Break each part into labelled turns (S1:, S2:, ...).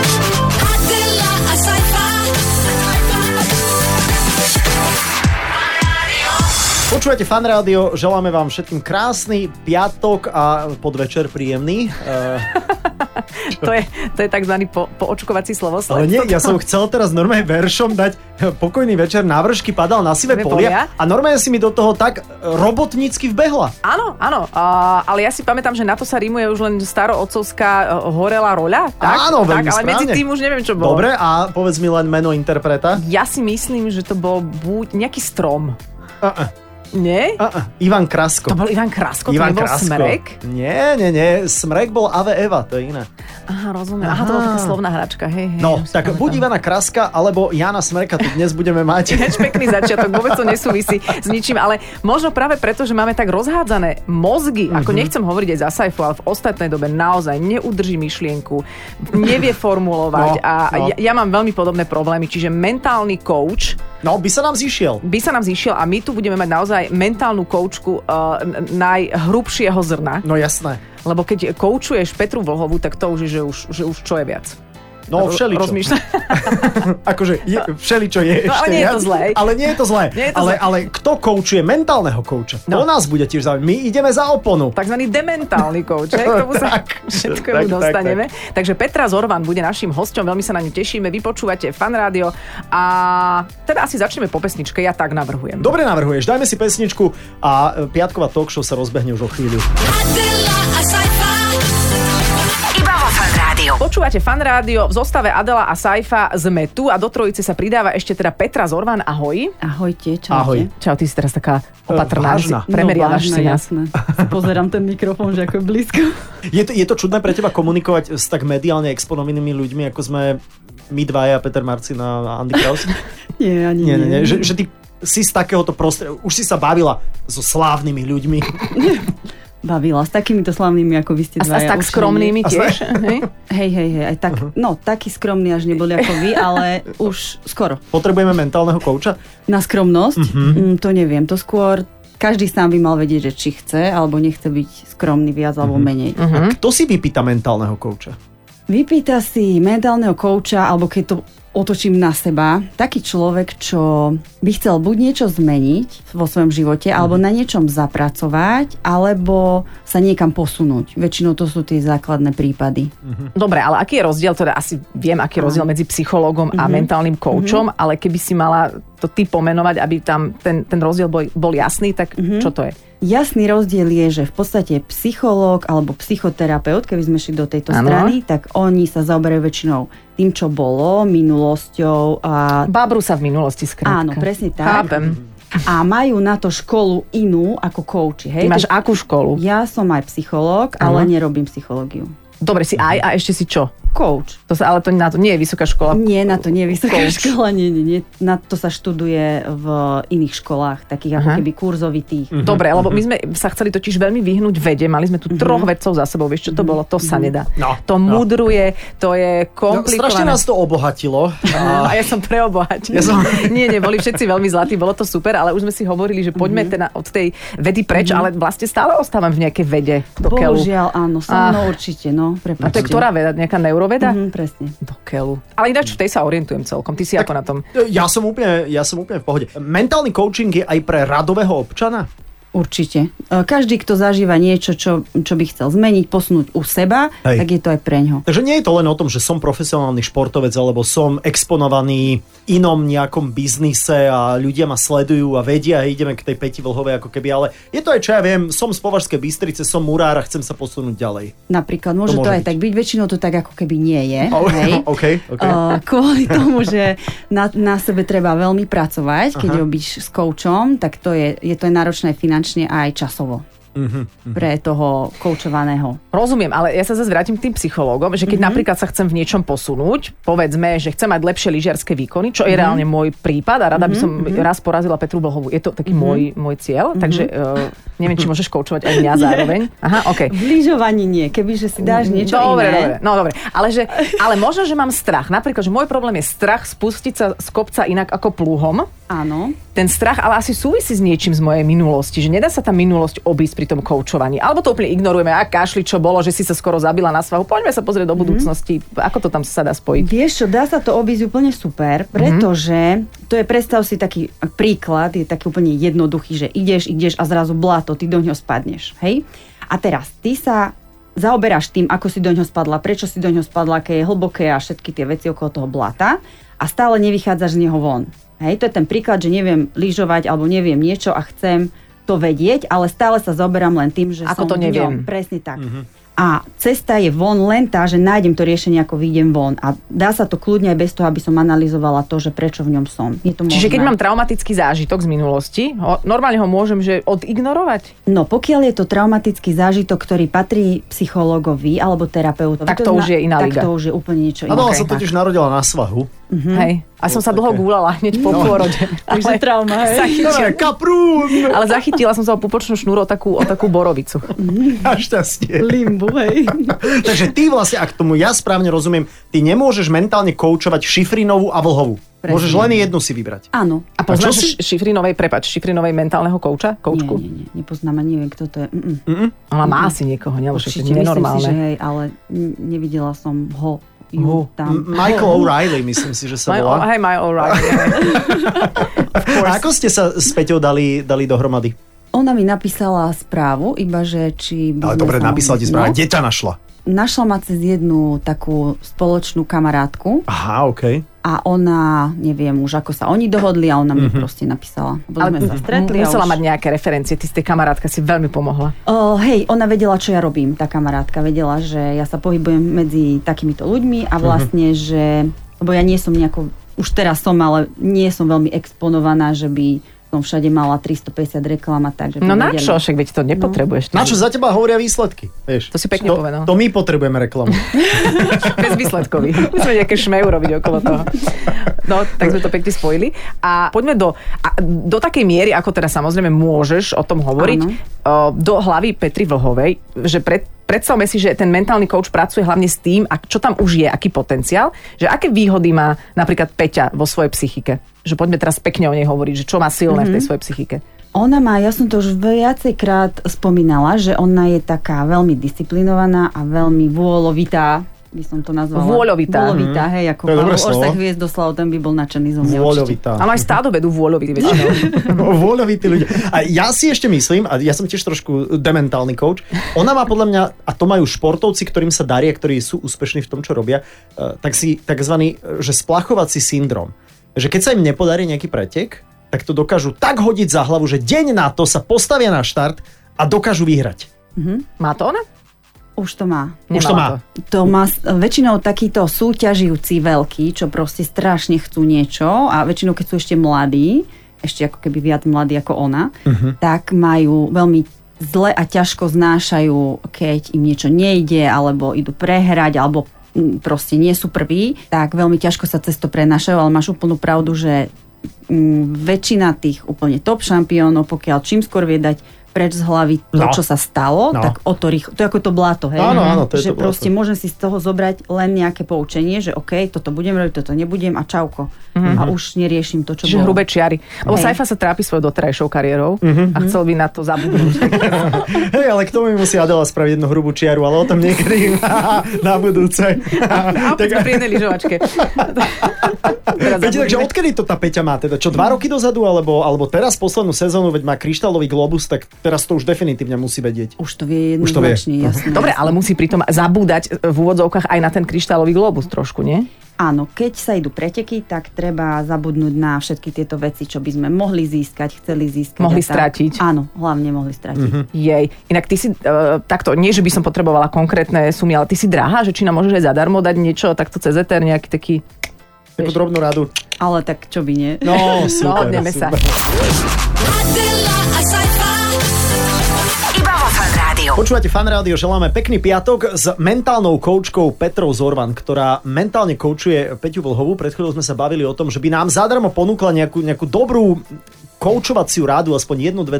S1: Adela, a
S2: Počúvate fan rádio, želáme vám všetkým krásny piatok a podvečer príjemný. Eh,
S3: To je, to je tzv. Po, poočkovací slovosled.
S2: ale nie, ja som chcel teraz normálne veršom dať eh, pokojný večer, návršky padal na sivé
S3: Sivé
S2: polia
S3: polia.
S2: a normálne si mi do toho tak eh, robotnícky vbehla.
S3: Áno, áno, a, ale ja si pamätám, že na to sa rímuje už len starootcovská e, horela roľa. Tak,
S2: Áno, veľmi
S3: tak, Ale medzi
S2: správne.
S3: tým už neviem, čo bolo.
S2: Dobre, a povedz mi len meno interpreta.
S3: Ja si myslím, že to bol buď nejaký strom.
S2: Uh, uh,
S3: Nie?
S2: uh, uh, Ivan
S3: eh, To
S2: Krasko.
S3: bol Ivan Krasko,
S2: Ivan
S3: to nebol Smrek.
S2: Nie, nie, nie, Smrek bol Ave Eva, to je iné.
S3: Aha, rozumiem. Aha, to bola taká slovná hračka. Hej,
S2: Ah.
S3: hej,
S2: No,
S3: už si
S2: tak
S3: pamätám.
S2: buď Ivana Kraska, alebo Jana Smreka tu dnes budeme mať.
S3: Ináč pekný začiatok, vôbec to nesúvisí s ničím, ale možno práve preto, že máme tak rozhádzané mozgy, ako
S2: Mhm.
S3: nechcem hovoriť aj za sajfu, ale v ostatnej dobe naozaj neudrží myšlienku, nevie
S2: No,
S3: formulovať a
S2: no.
S3: Ja, ja mám veľmi podobné problémy, čiže mentálny coach
S2: No, by sa nám zišiel.
S3: by sa nám zišiel a my tu budeme mať naozaj mentálnu koučku uh, n- najhrubšieho zrna,
S2: No jasné.
S3: lebo keď koučuješ Petru Vlhovú, tak to už je, že už, že už čo je viac.
S2: No,
S3: Ro-
S2: všeličo.
S3: Rozmýšľa.
S2: Akože je, všeličo je
S3: No, ale
S2: ešte
S3: nie je
S2: viac,
S3: to zlé.
S2: Ale nie je to zlé.
S3: Nie je to
S2: ale,
S3: zlé.
S2: ale kto koučuje mentálneho kouča? No. To
S3: No.
S2: nás bude tiež zaujímať. My ideme za oponu.
S3: Takzvaný dementálny coach, hej, k tomu sa
S2: Tak, tak,
S3: všetkému
S2: tak,
S3: dostaneme. Takže Petra Zorvan bude našim hosťom, veľmi sa na ňu tešíme, vy počúvate fan rádio a teda asi začneme po pesničke, ja tak navrhujem.
S2: Dobre navrhuješ, dajme si pesničku a e, piatková talk show sa rozbehne už o chvíľu.
S1: Adela, a
S4: Iba vo fan rádiu.
S3: Počúvate fan rádio, v zostave Adela a Saifa sme tu a do trojice sa pridáva ešte teda Petra Zorvan, ahoj.
S5: Ahojte, čaute.
S2: Ahoj.
S3: Čau, ty si teraz taká opatrná, že si
S2: E, vážna.
S3: premeriavaš
S5: No, vážne,
S3: si nás.
S5: jasné. Pozerám ten mikrofón, že ako je blízko.
S2: Je to, je to čudné pre teba komunikovať s tak mediálne exponovanými ľuďmi, ako sme my dvaja, Peter Marcin a Andy Kraus?
S5: Nie, ani
S2: nie,
S5: nie.
S2: nie, nie. Že, že ty si z takéhoto prostredia, už si sa bavila so slávnymi ľuďmi.
S5: Bavila s takýmito slavnými, ako vy ste
S3: A, s- a s
S5: dvaja.
S3: tak
S5: určite
S3: skromnými
S2: A s-
S3: tiež. hej?
S5: nie. Hej, hej, hej, aj
S2: Mhm.
S5: tak, no, takí skromní až neboli ako vy, ale už skoro.
S2: Potrebujeme mentálneho kouča?
S5: Na skromnosť?
S2: Mhm.
S5: Mm, to neviem, to skôr každý sám by mal vedieť, že či chce alebo nechce byť skromný viac alebo
S2: Mhm.
S5: menej.
S3: Mhm.
S2: Kto si vypýta mentálneho kouča?
S5: Vypýta si mentálneho kouča, alebo keď to otočím na seba, taký človek, čo by chcel buď niečo zmeniť vo svojom živote,
S3: Mhm.
S5: alebo na niečom zapracovať, alebo sa niekam posunúť. Väčšinou to sú tie základné prípady.
S3: Dobre, ale aký je rozdiel, teda asi viem, aký je rozdiel medzi psychológom
S5: Mhm.
S3: a mentálnym koučom, ale keby si mala to ty pomenovať, aby tam ten, ten rozdiel bol, bol jasný, tak
S5: Mhm.
S3: čo to je?
S5: Jasný rozdiel je, že v podstate psychológ alebo psychoterapeut, keby sme šli do tejto
S3: Áno.
S5: strany, tak oni sa zaoberajú väčšinou tým, čo bolo, minulosťou a
S3: Bábru sa v minulosti skrátka.
S5: Áno, presne tak.
S3: Chápem.
S5: a majú na to školu inú ako kouči.
S3: Ty
S5: Hej?
S3: máš
S5: To-
S3: akú školu?
S5: Ja som aj psychológ,
S3: Áno.
S5: ale nerobím psychológiu.
S3: Dobre, si aj a ešte si čo?
S5: Coach.
S3: To sa, ale to, na to nie je vysoká škola.
S5: Nie, na to nie je vysoká
S3: Coach.
S5: škola, nie, nie, nie. Na to sa študuje v iných školách, takých ako
S3: Aha. Mhm.
S5: keby kurzovitých.
S3: Dobre, lebo
S5: Mhm.
S3: my sme sa chceli totiž veľmi vyhnúť vede. Mali sme tu troch vedcov za sebou. Vieš, čo to
S5: Mhm.
S3: bolo? To sa nedá.
S2: No,
S3: to
S2: no.
S3: mudruje, to
S2: No,
S3: je
S2: strašne
S3: komplikované.
S2: nás to obohatilo.
S3: A ja som preobohatená.
S2: Ja som-
S3: Nie, nie, boli všetci veľmi zlatí, bolo to super, ale už sme si hovorili, že
S2: Mhm.
S3: poďme teda od tej vedy preč, ale vlastne stále ostávam v nejakej vede do keľu.
S5: Bohužiaľ, áno, so
S3: Ah.
S5: mnou určite, no,
S3: A to
S5: prepáčte.
S3: je ktorá veda? Nejaká neuroveda?
S5: Mhm, presne.
S3: Do keľu. Ale ináč v tej sa orientujem celkom. Ty si ako na tom?
S2: Ja som, úplne, ja som úplne v pohode. Mentálny coaching je aj pre radového občana?
S5: Určite. E, Každý, kto zažíva niečo, čo, čo by chcel zmeniť, posunúť u seba,
S2: Hej.
S5: tak je to aj preňho.
S2: Takže nie je to len o tom, že som profesionálny športovec alebo som exponovaný inom nejakom biznise a ľudia ma sledujú a vedia a ideme k tej Peti Vlhovej ako keby, ale je to aj čo ja viem, som z Považskej Bystrice, som murár a chcem sa posunúť ďalej.
S5: Napríklad, môže
S2: To
S5: to,
S2: môže
S5: aj
S2: byť.
S5: tak byť, väčšinou to tak ako keby nie je.
S2: O,
S5: hej.
S2: OK, OK.
S5: Uh, kvôli tomu, že na, na sebe treba veľmi pracovať, keď
S2: Aha.
S5: robíš s koučom, tak to je, je to náročné finančne a aj časovo
S2: Mhm,
S5: pre toho koučovaného.
S3: Rozumiem, ale ja sa zase vrátim k tým psychológom, že keď
S2: Mhm.
S3: mm-hmm. napríklad sa chcem v niečom posunúť, povedzme, že chcem mať lepšie lyžiarske výkony, čo
S2: Mhm.
S3: je reálne môj prípad a rada by som raz porazila Petru Blhovu. Je to taký
S2: Mhm.
S3: môj, môj cieľ, takže uh, neviem, či môžeš koučovať aj mňa zároveň. Aha, OK.
S5: V lyžovaní nie, kebyže si dáš niečo
S3: dobre,
S5: iné.
S3: Dobre, no dobre. Ale, že, ale možno, že mám strach. Napríklad, že môj problém je strach spustiť sa z kopca inak ako plúhom.
S5: Áno.
S3: ten strach ale asi súvisí s niečím z mojej minulosti, že nedá sa tá minulosť obísť pri tom koučovaní. Alebo to úplne ignorujeme, a kašli, čo bolo, že si sa skoro zabila na svahu. Poďme sa pozrieť
S5: Mhm.
S3: do budúcnosti, ako to tam sa dá spojiť.
S5: Vieš čo, dá sa to obísť úplne
S3: Mhm.
S5: super, pretože to je, predstav si taký príklad, je taký úplne jednoduchý, že ideš, ideš a zrazu blato, ty do ňoho spadneš, hej? A teraz, ty sa zaoberáš tým, ako si do ňoho spadla, prečo si do ňoho spadla, aké je hlboké a všetky tie veci okolo toho blata a stále nevychádzaš z neho von. Hej, to je ten príklad, že neviem lyžovať alebo neviem niečo a chcem to vedieť, ale stále sa zaoberám len tým, že
S3: Ako
S5: som
S3: to
S5: v
S3: neviem. Mhm.
S5: ňom. Presne tak. A cesta je von len tá, že nájdem to riešenie, ako vyjdem von. A dá sa to kľudne aj bez toho, aby som analyzovala to, že prečo v ňom som. Je to možné.
S3: Čiže keď mám traumatický zážitok z minulosti, ho, normálne ho môžem že odignorovať?
S5: No pokiaľ je to traumatický zážitok, ktorý patrí psychologovi alebo terapeutovi.
S3: Tak to už je iná liga.
S5: Tak to už je úplne niečo iné.
S2: Áno, ona
S3: Ok,
S2: sa totiž narodila na svahu.
S5: Mhm.
S3: Mm-hmm. Hej. A som sa dlho
S2: také.
S3: gúlala hneď po pôrode. Ale,
S5: No. trauma, hej?
S2: Dobre, kaprún!
S3: ale zachytila som sa o pupočnú šnúru o takú, o takú borovicu.
S2: Našťastie.
S5: Limbu, hej.
S2: Takže ty vlastne, ak tomu ja správne rozumiem, ty nemôžeš mentálne koučovať šifrinovú a vlhovú.
S5: Presne.
S2: Môžeš len jednu si vybrať.
S5: Áno.
S3: A poznáš
S2: si-
S3: š- šifrinovej, prepač, šifrinovej mentálneho kouča,
S5: Nie,
S3: koučku?
S5: nie, nie, nepoznám a neviem, kto to je. Mm-mm.
S3: Ona má asi niekoho, nie? Lebo však to je
S5: Určite, myslím si,
S3: Mm, nenormálne.
S5: že hej, ale n- nevidela som ho ju
S3: Ho.
S2: M-
S5: tam.
S2: Michael O'Reilly, myslím si, že sa
S3: My,
S2: volá.
S3: hej, my alright.
S2: A ako ste sa s Peťou dali, dali dohromady?
S5: Ona mi napísala správu, iba že či...
S2: Ale
S5: by sme
S2: dobre,
S3: No.
S5: sa-
S2: napísala ti správa. Kde ťa našla?
S5: Našla ma cez jednu takú spoločnú kamarátku
S2: Aha, OK.
S5: a ona, neviem už ako sa oni dohodli a ona mi mm-hmm. proste napísala. Lebo sme sa stretli a
S3: musela
S5: už...
S3: mať nejaké referencie, ty z tej kamarátka si veľmi pomohla.
S5: O, hej, ona vedela, čo ja robím, tá kamarátka. Vedela, že ja sa pohybujem medzi takýmito ľuďmi a vlastne, že... Lebo ja nie som nejako... Už teraz som, ale nie som veľmi exponovaná, že by som všade mala 350 reklám a tak. Že by
S3: No na
S5: vedeli.
S3: čo, však veď to nepotrebuješ.
S2: Na čo za teba hovoria výsledky? Vieš,
S3: To si pekne
S2: to,
S3: povedal.
S2: To my potrebujeme reklamu.
S3: Bez výsledkový. Musíme nejaké šmeju robiť okolo toho. No, tak sme to pekne spojili. A poďme do, a, do takej miery, ako teda samozrejme môžeš o tom hovoriť,
S5: Áno.
S3: o, do hlavy Petri Vlhovej, že pred, predstavme si, že ten mentálny coach pracuje hlavne s tým, a čo tam už je, aký potenciál, že aké výhody má napríklad Peťa vo svojej psychike. Že poďme teraz pekne o nej hovoriť, že čo má silné mm-hmm.
S5: Mhm.
S3: v tej svojej psychike.
S5: Ona má, ja som to už viacejkrát spomínala, že ona je taká veľmi disciplinovaná a veľmi vôľovitá by som to nazvala.
S3: Vôľovitá.
S5: Vôľovitá, hej, ako
S2: Mhm. To je dobré
S5: Pavel Orsa
S2: slovo.
S5: Hviezdoslav, ten by bol nadšený zo mňa určite.
S2: Vôľovitá.
S3: Ale aj stádovedu vôľovi väčšinou.
S2: Mhm. Vôľovití ľudia. A ja si ešte myslím, a ja som tiež trošku dementálny coach, ona má podľa mňa, a to majú športovci, ktorým sa daria, ktorí sú úspešní v tom, čo robia, eh, tak si takzvaný, eh, že splachovací syndrom. Že keď sa im nepodarí nejaký pretek, tak to dokážu tak hodiť za hlavu, že deň na to sa postavia na štart a dokážu vyhrať.
S3: Má to ona?
S5: Už to má.
S2: Už to má.
S3: Nemá
S5: To má s- väčšinou takíto súťažijúci veľkí, čo proste strašne chcú niečo a väčšinou keď sú ešte mladí, ešte ako keby viac mladí ako ona,
S2: Mhm.
S5: uh-huh. tak majú veľmi zle a ťažko znášajú, keď im niečo nejde, alebo idú prehrať, alebo mm, proste nie sú prví, tak veľmi ťažko sa cez to prenášajú, ale máš úplnú pravdu, že mm, väčšina tých úplne top šampiónov, pokiaľ čím skôr vie dať preč z hlavy
S2: No.
S5: to, čo sa stalo,
S2: No.
S5: tak o to rýchlo, to je ako to bláto, hej?
S2: Áno, áno, to je
S5: že
S2: to bláto.
S5: proste môžem si z toho zobrať len nejaké poučenie, že OK, toto budem robiť, toto nebudem a čauko. Mm-hmm. A už neriešim to,
S3: Mhm.
S5: čo
S3: Čiže
S5: bolo. Mhm.
S3: hrubé čiary. Lebo
S5: Hej.
S3: Saifa sa trápi svojou doterajšou kariérou a chcel by na to zabudnúť.
S2: Hej, ale k tomu mi musí Adela spraviť jednu hrubú čiaru, ale o tom niekedy na budúce.
S3: A opäť sme pri jednej lyžovačke. Teraz
S2: Veď, takže
S3: zabudneme. Mm.
S2: odkedy to tá Peťa má? Teda čo, dva roky dozadu, alebo, alebo teraz poslednú sezónu, veď má kryštálový globus, tak teraz to už definitívne musí vedieť.
S5: Už to vie
S2: Už to vie. Mhm.
S5: jednoznačne, jasné.
S3: Dobre, ale musí pritom zabúdať e, v úvodzovkách aj na ten kryštálový globus trošku, nie?
S5: Áno, keď sa idú preteky, tak treba zabudnúť na všetky tieto veci, čo by sme mohli získať, chceli získať.
S3: Mohli
S5: a tak.
S3: stratiť.
S5: Áno, hlavne mohli stratiť.
S2: Mhm.
S5: Mm-hmm.
S3: Jej. Inak ty si e, takto, nie že by som potrebovala konkrétne sumy, ale ty si drahá, že či nám môžeš aj zadarmo dať niečo takto cez ETR nejaký taký...
S2: Takú drobnú radu.
S5: Ale tak čo by nie.
S2: No, super.
S3: odneme sa.
S2: super.
S1: Adela, a
S4: Iba vo Fan Rádiu.
S2: Počúvate fan rádio, želáme pekný piatok s mentálnou koučkou Petrou Zorvan, ktorá mentálne koučuje Peťu Vlhovú. Pred chvíľou sme sa bavili o tom, že by nám zadarmo ponúkla nejakú, nejakú dobrú koučovaciu rádu, aspoň 1, 2,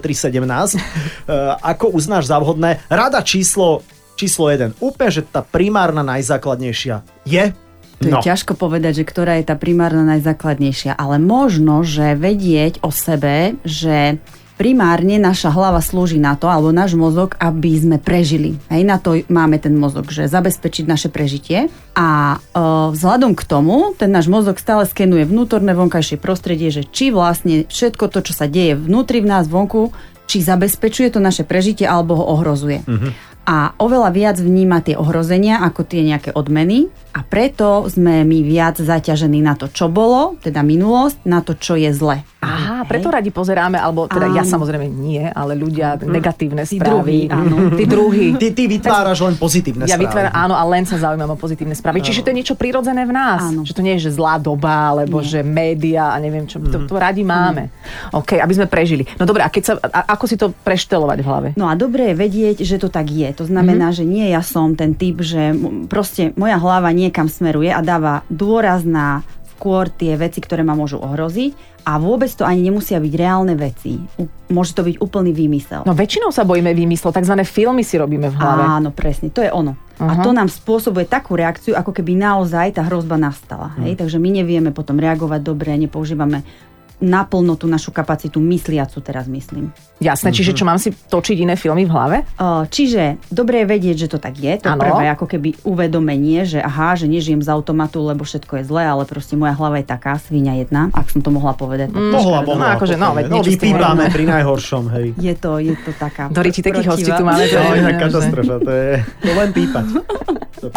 S2: 3, 17, Eh, ako uznáš za vhodné. Rada číslo, číslo 1. Úplne, že tá primárna najzákladnejšia je
S5: To
S2: No.
S5: je ťažko povedať, že ktorá je tá primárna najzákladnejšia, ale možno, že vedieť o sebe, že primárne naša hlava slúži na to, alebo náš mozog, aby sme prežili. Hej, na to máme ten mozog, že zabezpečiť naše prežitie. A e, vzhľadom k tomu, ten náš mozog stále skenuje vnútorné, vonkajšie prostredie, že či vlastne všetko to, čo sa deje vnútri v nás, vonku, či zabezpečuje to naše prežitie, alebo ho ohrozuje. Uh-huh a oveľa viac vníma tie ohrozenia ako tie nejaké odmeny a preto sme my viac zaťažení na to, čo bolo, teda minulosť, na to, čo je zle.
S3: Aha, preto radi pozeráme, alebo teda ja
S5: Áno.
S3: samozrejme nie, ale ľudia negatívne
S5: Tí
S3: správy.
S5: druhí, áno.
S3: Hm. Tí druhí.
S2: Ty, ty vytváraš len pozitívne
S3: Ja
S2: správy.
S3: vytváram, áno, a len sa zaujímam o pozitívne správy. Čiže to je niečo prirodzené v nás.
S5: Áno.
S3: Že to nie je, že zlá doba, alebo nie. že média a neviem čo. To, to radi máme. OK, aby sme prežili. No dobre, a, keď sa, a ako si to preštelovať v hlave?
S5: No a dobre je vedieť, že to tak je. To znamená,
S3: Mhm.
S5: mm-hmm. že nie ja som ten typ, že m- proste moja hlava niekam smeruje a dáva dôraz na skôr tie veci, ktoré ma môžu ohroziť a vôbec to ani nemusia byť reálne veci. U- môže to byť úplný výmysel.
S3: No väčšinou sa bojíme výmyslov, tzv. filmy si robíme v hlave.
S5: Áno, presne, to je ono. Uh-huh. A
S3: Aha.
S5: to nám spôsobuje takú reakciu, ako keby naozaj tá hrozba nastala.
S3: Hm.
S5: Hej? Takže my nevieme potom reagovať dobre, nepoužívame naplno tú našu kapacitu mysliacu teraz myslím.
S3: Jasné, čiže čo mám si točiť iné filmy v hlave?
S5: Uh, Čiže dobre je vedieť, že to tak je. To
S3: Áno.
S5: prvé ako keby uvedomenie, že aha, že nežijem z automatu, lebo všetko je zlé, ale proste moja hlava je taká, svinia jedna, ak som to mohla povedať. Mm.
S2: Mohla,
S3: No,
S2: mohla.
S3: akože, no,
S2: pokojne.
S3: veď
S2: no
S3: niečo s tým
S2: vypípame pri najhoršom, hej.
S5: Je to, je to taká...
S3: Dori, ti takých hostí
S5: protivá-
S3: tu
S2: To
S3: máme.
S2: je
S3: že-
S2: katastrofa, to je... To len pípať. To-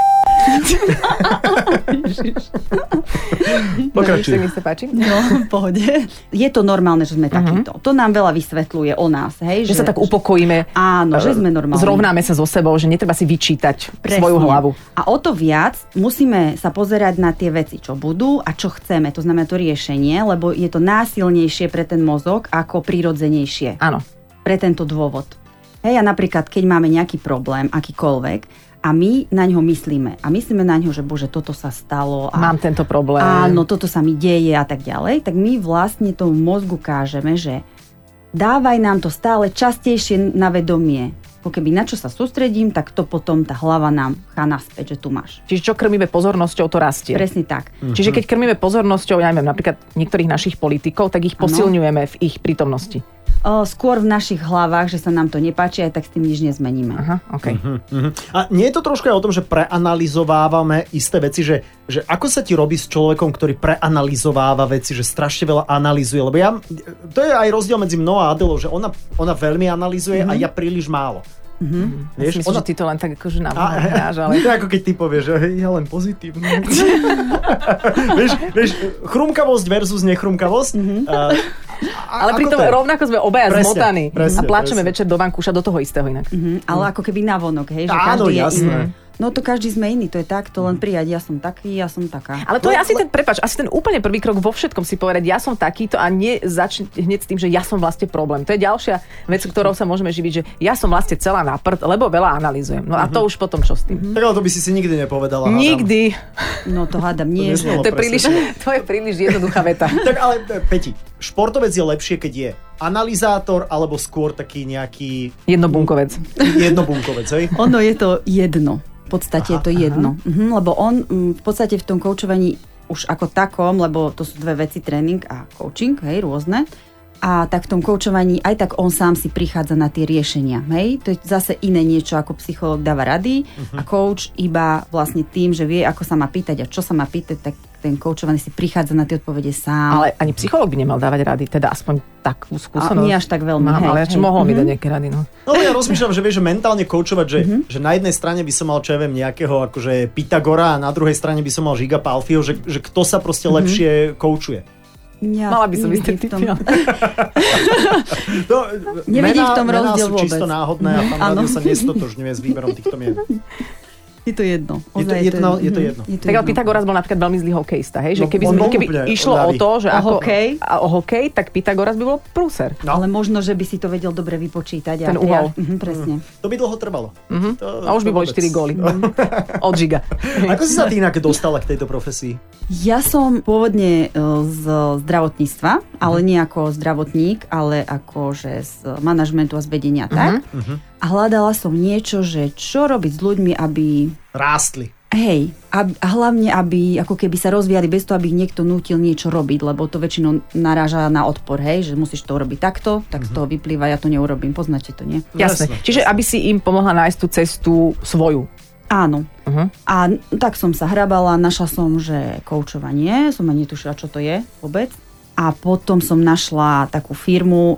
S2: Pokračuj.
S3: No, vidíš, tak mi sa páči.
S5: No, v pohode. Je to normálne, že sme takýto. To nám veľa vysvetľuje o nás, hej?
S3: Mhm. Že sa tak upokojíme.
S5: Áno, že sme normálni.
S3: Zrovnáme sa so sebou, že netreba si vyčítať svoju hlavu.
S5: A o to viac musíme sa pozerať na tie veci, čo budú a čo chceme. To znamená to riešenie, lebo je to násilnejšie pre ten mozog ako prirodzenejšie
S3: Áno.
S5: pre tento dôvod. Hej, a napríklad, keď máme nejaký problém, akýkoľvek, a my na ňo myslíme. A myslíme na ňo, že bože, toto sa stalo. A
S3: Mám tento problém.
S5: Áno, toto sa mi deje a tak ďalej, tak my vlastne tomu mozgu kážeme, že dávaj nám to stále častejšie na vedomie. Ako keby na čo sa sústredím, tak to potom tá hlava nám chá naspäť, že tu máš.
S3: Čiže čo krmíme pozornosťou, to rastie.
S5: Presne tak.
S2: Mhm. Hm.
S3: Čiže keď krmíme pozornosťou, ja neviem, napríklad niektorých našich politikov, tak ich
S2: No.
S3: posilňujeme v ich prítomnosti.
S5: O, skôr v našich hlavách, že sa nám to nepáči, aj tak s tým nič nezmeníme.
S3: Aha, OK.
S2: Mhm. A nie je to trošku aj o tom, že preanalizovávame isté veci, že, že ako sa ti robí s človekom, ktorý preanalizováva veci, že strašne veľa analizuje, lebo ja, to je aj rozdiel medzi mnou a Adelou, že ona, ona veľmi analizuje a ja príliš málo. Mm-hmm. Vieš,
S3: Myslím,
S2: ona...
S3: že ty to len tak akože na
S2: A,
S3: hráš, ale...
S2: to je ako keď ty povieš, že hej, ja len pozitívne. vieš, vieš, chrumkavosť versus nechrumkavosť. Mm-hmm. A, a,
S3: Mhm. Ale
S2: ako
S3: pritom
S2: to je?
S3: rovnako sme obaja
S2: Presne,
S3: zmotaní
S2: presne,
S3: a plačeme
S2: presne.
S3: večer do vankúša do toho istého inak.
S5: Mhm, ale ako keby navonok, hej, že
S2: Hm. Áno,
S5: každý je
S2: jasné. Hm.
S5: iný. No to každý sme iný, to je tak, to len prijať, ja som taký, ja som taká.
S3: Ale to je asi ten, prepač, asi ten úplne prvý krok vo všetkom si povedať, ja som takýto a nie začne hneď s tým, že ja som vlastne problém. To je ďalšia vec, ktorou sa môžeme živiť, že ja som vlastne celá na prd, lebo veľa analýzujem. No a
S2: Mhm.
S3: to už potom čo s tým?
S2: Tak ale to by si si nikdy nepovedala. hádam.
S3: Nikdy.
S5: No to hádam,
S2: To
S5: nie, že...
S2: neznelo.
S3: To je príliš, to je príliš jednoduchá veta.
S2: Tak ale, e, Peti, športovec je lepšie, keď je analizátor, alebo skôr taký nejaký
S3: Jednobunkovec.
S2: jednobunkovec, hej?
S5: Ono je to jedno. V podstate je to jedno. Mhm, lebo on mm, v podstate v tom koučovaní už ako takom, lebo to sú dve veci, tréning a coaching, hej, rôzne. A tak v tom koučovaní aj tak on sám si prichádza na tie riešenia, hej. To je zase iné niečo, ako psychológ dáva rady
S3: Mhm.
S5: a coach iba vlastne tým, že vie, ako sa má pýtať a čo sa má pýtať, tak ten koučovaný si prichádza na tie odpovede sám.
S3: Ale ani psychológ by nemal dávať rady, teda aspoň takú skúsenosť.
S5: nie až tak veľmi,
S3: Mám,
S5: hej,
S3: ale čo
S5: hej. Mhm.
S3: mohol mi dať nejaké rady, no.
S2: No lebo ja rozmýšľam, že vieš, že mentálne koučovať, že,
S3: Mhm.
S2: mm-hmm. že na jednej strane by som mal, čo ja viem, nejakého akože Pythagora a na druhej strane by som mal Žiga Palfiho, že, že kto sa
S3: Mhm.
S2: proste mm-hmm. lepšie koučuje.
S5: Ja
S3: Mala by som
S5: nevidím
S3: isté
S5: v
S3: typy.
S5: tom-
S3: ale-
S2: To,
S5: Nevidím v tom
S2: mená
S5: rozdiel
S2: sú čisto
S5: vôbec.
S2: náhodné a pán
S5: Áno.
S2: Rádio sa nestotožňuje s výberom týchto mien.
S5: Je to jedno.
S2: Je to
S5: Ozaj
S2: jedno, je to jedno.
S5: Je to
S3: Tak ale
S5: jedno.
S3: Pythagoras bol napríklad veľmi zlý hokejista, hej? Že
S2: No,
S3: keby,
S2: on
S3: sme,
S2: bol
S3: keby
S2: úplne
S3: išlo o
S2: ľavý.
S3: to, že
S5: O
S3: ako,
S5: hokej?
S3: a o hokej, tak Pythagoras by bol prúser.
S2: No.
S5: Ale možno, že by si to vedel dobre vypočítať.
S3: Ten
S5: a tri-
S3: uhol.
S5: Mhm, presne.
S2: To by dlho trvalo. Mm-hmm.
S5: Mhm.
S2: To,
S5: No,
S3: A už by
S2: to
S3: boli
S2: vôbec.
S3: 4 góly. Od Žiga.
S2: Ako si sa ty inak dostala k tejto profesii?
S5: Ja som pôvodne e, z zdravotníctva, ale nie ako zdravotník, ale akože z manažmentu a z vedenia tak. A hľadala som niečo, že čo robiť s ľuďmi, aby
S2: Rástli.
S5: Hej, a, a hlavne, aby ako keby sa rozvíjali bez toho, aby ich niekto nutil niečo robiť, lebo to väčšinou naráža na odpor, hej, že musíš to urobiť takto, tak z toho vyplýva, ja to neurobím, poznáte to, nie?
S3: Jasné.
S2: Jasné,
S3: Čiže aby si im pomohla nájsť tú cestu svoju.
S5: Áno.
S3: Uh-huh.
S5: A n- tak som sa hrabala, našla som, že koučovanie, som ani netušila, čo to je vôbec. A potom som našla takú firmu o,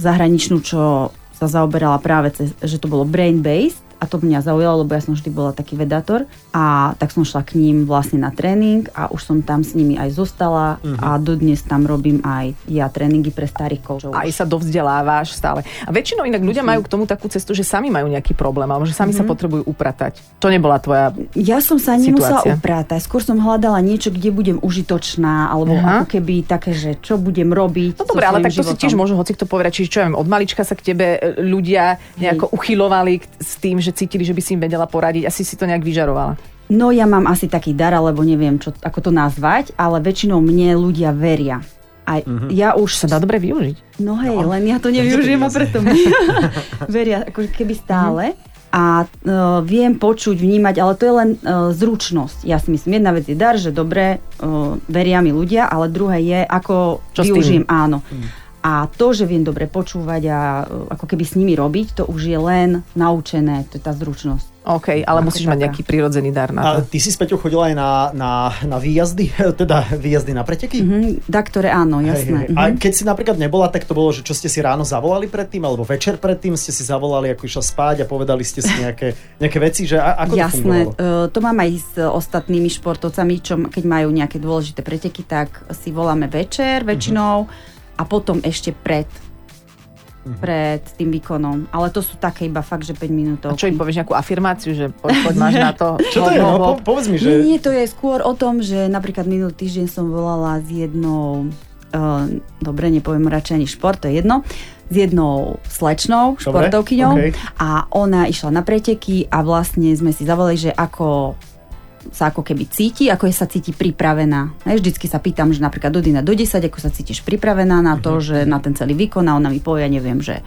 S5: zahraničnú, čo sa zaoberala práve cez, že to bolo brain-based a to mňa zaujalo, lebo ja som vždy bola taký vedátor a tak som šla k ním vlastne na tréning a už som tam s nimi aj zostala uh-huh. a dodnes tam robím aj ja tréningy pre starých koučov.
S3: Aj sa dovzdelávaš stále. A väčšinou inak ľudia majú k tomu takú cestu, že sami majú nejaký problém, alebo že sami
S5: Mhm.
S3: sa potrebujú upratať. To nebola tvoja...
S5: Ja som sa ani musela
S3: Situácia.
S5: uprátať. Skôr som hľadala niečo, kde budem užitočná, alebo
S3: Aha.
S5: Aha. ako keby také, že čo budem robiť.
S3: No
S5: so
S3: dobre, ale
S5: svojím
S3: tak to si
S5: životom.
S3: tiež môže hoci kto povedať, čiže čo ja viem, od malička sa k tebe e, ľudia
S5: Mhm.
S3: nejako uchylovali k- s tým, že cítili, že by si im vedela poradiť, asi si to nejak vyžarovala.
S5: No ja mám asi taký dar, alebo neviem, čo, ako to nazvať, ale väčšinou mne ľudia veria. A
S3: Mhm.
S5: ja už...
S3: Sa dá dobre využiť.
S5: No hej, no. len ja to nevyužijem a preto mi veria ako keby stále. A uh, viem počuť, vnímať, ale to je len uh, zručnosť. Ja si myslím, jedna vec je dar, že dobre, uh, veria mi ľudia, ale druhé je, ako
S3: Čo s tým?
S5: využijem, áno. A to, že viem dobre počúvať a uh, ako keby s nimi robiť, to už je len naučené, to je tá zručnosť.
S3: OK, ale
S5: Ako
S3: musíš mať
S5: taká.
S3: nejaký prírodzený dar na
S2: A
S3: to.
S2: ty si s Peťou chodila aj na, na, na výjazdy, teda výjazdy na preteky?
S5: Mhm, da, ktoré áno,
S2: Hej, hej.
S5: jasné. Mhm.
S2: A keď si napríklad nebola, tak to bolo, že čo ste si ráno zavolali predtým, alebo večer predtým ste si zavolali, ako išla spať a povedali ste si nejaké, nejaké veci, že a, ako to
S5: Jasné,
S2: fungovalo?
S5: e, to mám aj s e, ostatnými športovcami, čo m- keď majú nejaké dôležité preteky, tak si voláme večer väčšinou a potom ešte pred pred tým výkonom. Ale to sú také iba fakt, že 5
S3: A
S5: minútov.
S3: čo im povieš nejakú afirmáciu, že poď, poď máš na to.
S2: Čo to je?
S3: hop,
S2: No, po,
S3: hop, hop.
S2: povedz mi, že...
S5: Nie, nie, to je skôr o tom, že napríklad minulý týždeň som volala s jednou, uh, dobre, nepoviem radšej ani šport, to je jedno, s jednou slečnou,
S2: Dobre,
S5: športovkyňou
S2: okej.
S5: a ona išla na preteky a vlastne sme si zavolali, že ako sa ako keby cíti, ako je sa cíti pripravená. Hej, vždycky sa pýtam, že napríklad od 1 do 10, ako sa cítiš pripravená na
S2: Mhm.
S5: to, že na ten celý výkon a ona mi povie, ja neviem, že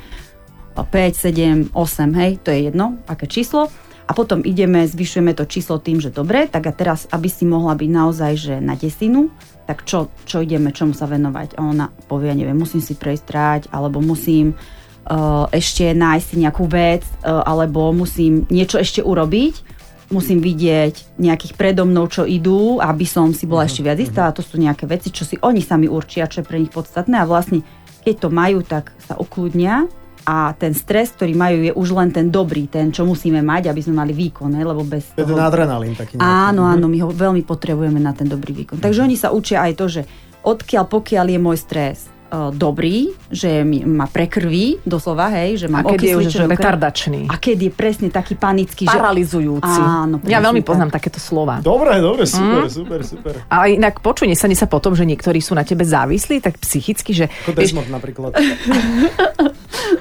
S5: 5, 7, 8, hej, to je jedno, aké číslo. A potom ideme, zvyšujeme to číslo tým, že dobre, tak a teraz, aby si mohla byť naozaj, že na desinu, tak čo, čo ideme, čomu sa venovať? A ona povie, ja neviem, musím si prejsť tráť, alebo musím uh, ešte nájsť si nejakú vec, uh, alebo musím niečo ešte urobiť, musím vidieť nejakých predo mnou, čo idú, aby som si bola ešte viac istá. A to sú nejaké veci, čo si oni sami určia, čo je pre nich podstatné. A vlastne, keď to majú, tak sa ukludnia a ten stres, ktorý majú, je už len ten dobrý, ten, čo musíme mať, aby sme mali výkon, hej, lebo bez
S2: To je ten
S5: toho-
S2: adrenalín taký nejaký.
S5: Áno, áno, my ho veľmi potrebujeme na ten dobrý výkon. Takže oni sa učia aj to, že odkiaľ pokiaľ je môj stres e, dobrý, že mi, ma prekrví, doslova, hej, že
S3: A
S5: mám
S3: keď je už že
S5: okysličenú krev.
S3: retardačný,
S5: A keď je presne taký panický,
S3: paralizujúci.
S5: Áno,
S3: ja
S5: presne
S3: veľmi
S5: tak.
S3: poznám takéto slova.
S2: Dobre, dobre, super,
S5: Mm.
S2: super, super.
S3: Ale inak počuj, nestane sa potom, že niektorí sú na tebe závislí, tak psychicky, že...
S2: Ako Desmond napríklad.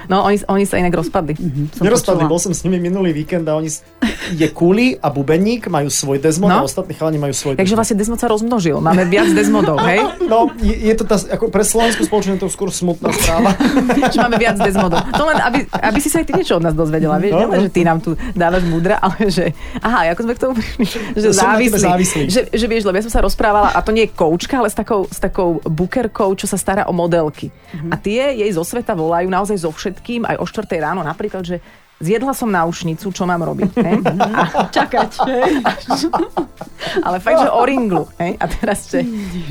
S3: no, oni, oni sa inak rozpadli. Mm-hmm.
S5: že som
S2: Nerozpadli,
S5: počula.
S2: bol som s nimi minulý víkend a oni... s- Je Kuli a Bubeník, majú svoj Desmond
S3: No.
S2: a ostatní chalani majú svoj
S3: Takže
S2: Desmond.
S3: vlastne Desmod sa rozmnožil. Máme viac Desmodov, hej?
S2: No, je, je to tá, ako pre slovenskú spoločnosť je to skôr smutná správa.
S3: Že máme viac Desmodov. To len, aby, aby si sa aj ty niečo od nás dozvedela. Vieš,
S2: No,
S3: nielen,
S2: no.
S3: že ty nám tu dávaš múdra, ale že... Aha, ako sme k tomu prišli? Že
S2: Som na No, tebe
S3: závislí.
S2: závislý.
S3: Že, že vieš, lebo ja som sa rozprávala, a to nie je koučka, ale s takou, s takou bookerkou, čo sa stará o modelky.
S2: Mhm.
S3: A tie jej zo sveta volajú naozaj so všetkým, aj o 4 ráno napríklad, že zjedla som náušnicu, čo mám robiť. Ne?
S2: Mhm.
S3: A,
S5: čakať. hej.
S3: ale fakt, že o ringlu. Hej? A teraz, že,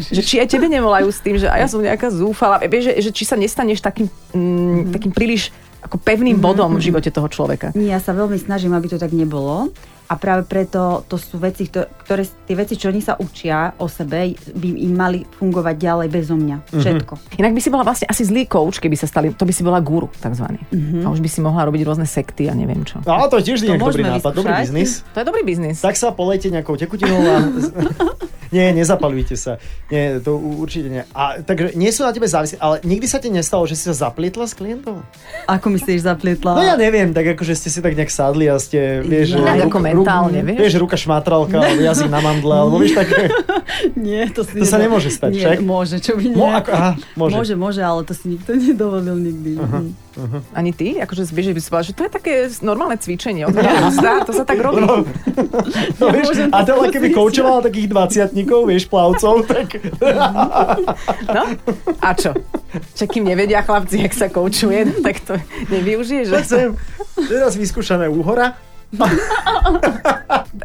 S3: že či aj tebe nevolajú s tým, že a ja som nejaká zúfala. Vieš, že, že či sa nestaneš takým,
S2: Mhm.
S3: mm, takým príliš ako pevným bodom v živote toho človeka.
S5: Nie, ja sa veľmi snažím, aby to tak nebolo. A práve preto to sú veci, kto- ktoré, tie veci, čo oni sa učia o sebe, by im mali fungovať ďalej bezo mňa.
S2: Mhm.
S5: Všetko.
S3: Inak by si bola vlastne asi zlý coach, keby sa stali, to by si bola guru takzvaný.
S2: Mhm.
S3: A už by si mohla robiť rôzne sekty a neviem čo.
S2: No, ale to je tiež
S5: To
S2: inak dobrý
S5: môžeme
S2: nápad, dobrý
S5: vyskúšať.
S2: biznis.
S3: To je dobrý biznis.
S2: Tak sa polejte nejakou tekutinou a... Nie, nezapalujte sa. Nie, to u- určite nie. A, takže nie sú na tebe závislí, ale nikdy sa ti nestalo, že si sa zaplietla s klientom?
S5: Ako myslíš, zaplietla?
S2: No ja neviem, tak akože ste si tak nejak sadli a ste, vieš...
S5: Ja,
S3: tak ako mentálne, vieš?
S2: Vieš, ruka šmátralka, alebo jazyk na mandle, alebo vieš také...
S5: Nie, to,
S2: To
S5: si
S2: sa nemôže stať,
S5: nie,
S2: však?
S5: Môže, čo by nie.
S2: Mo, ako, aha, môže.
S5: môže, môže, ale to si nikto nedovolil nikdy. Aha.
S3: Uh-huh. Ani ty? Akože zbiežeš by si povedala, že to je také normálne cvičenie. Otvárať ústa, to sa tak robí.
S2: No, vieš,
S5: môžem to
S2: Adela,
S5: skúsiť.
S2: keby koučovala takých 20 vieš, plavcov, tak
S3: No? A čo? Čo kým nevedia chlapci, jak sa koučuje, no, tak to nevyužiješ.
S2: to sem teraz vyskúšané úhora.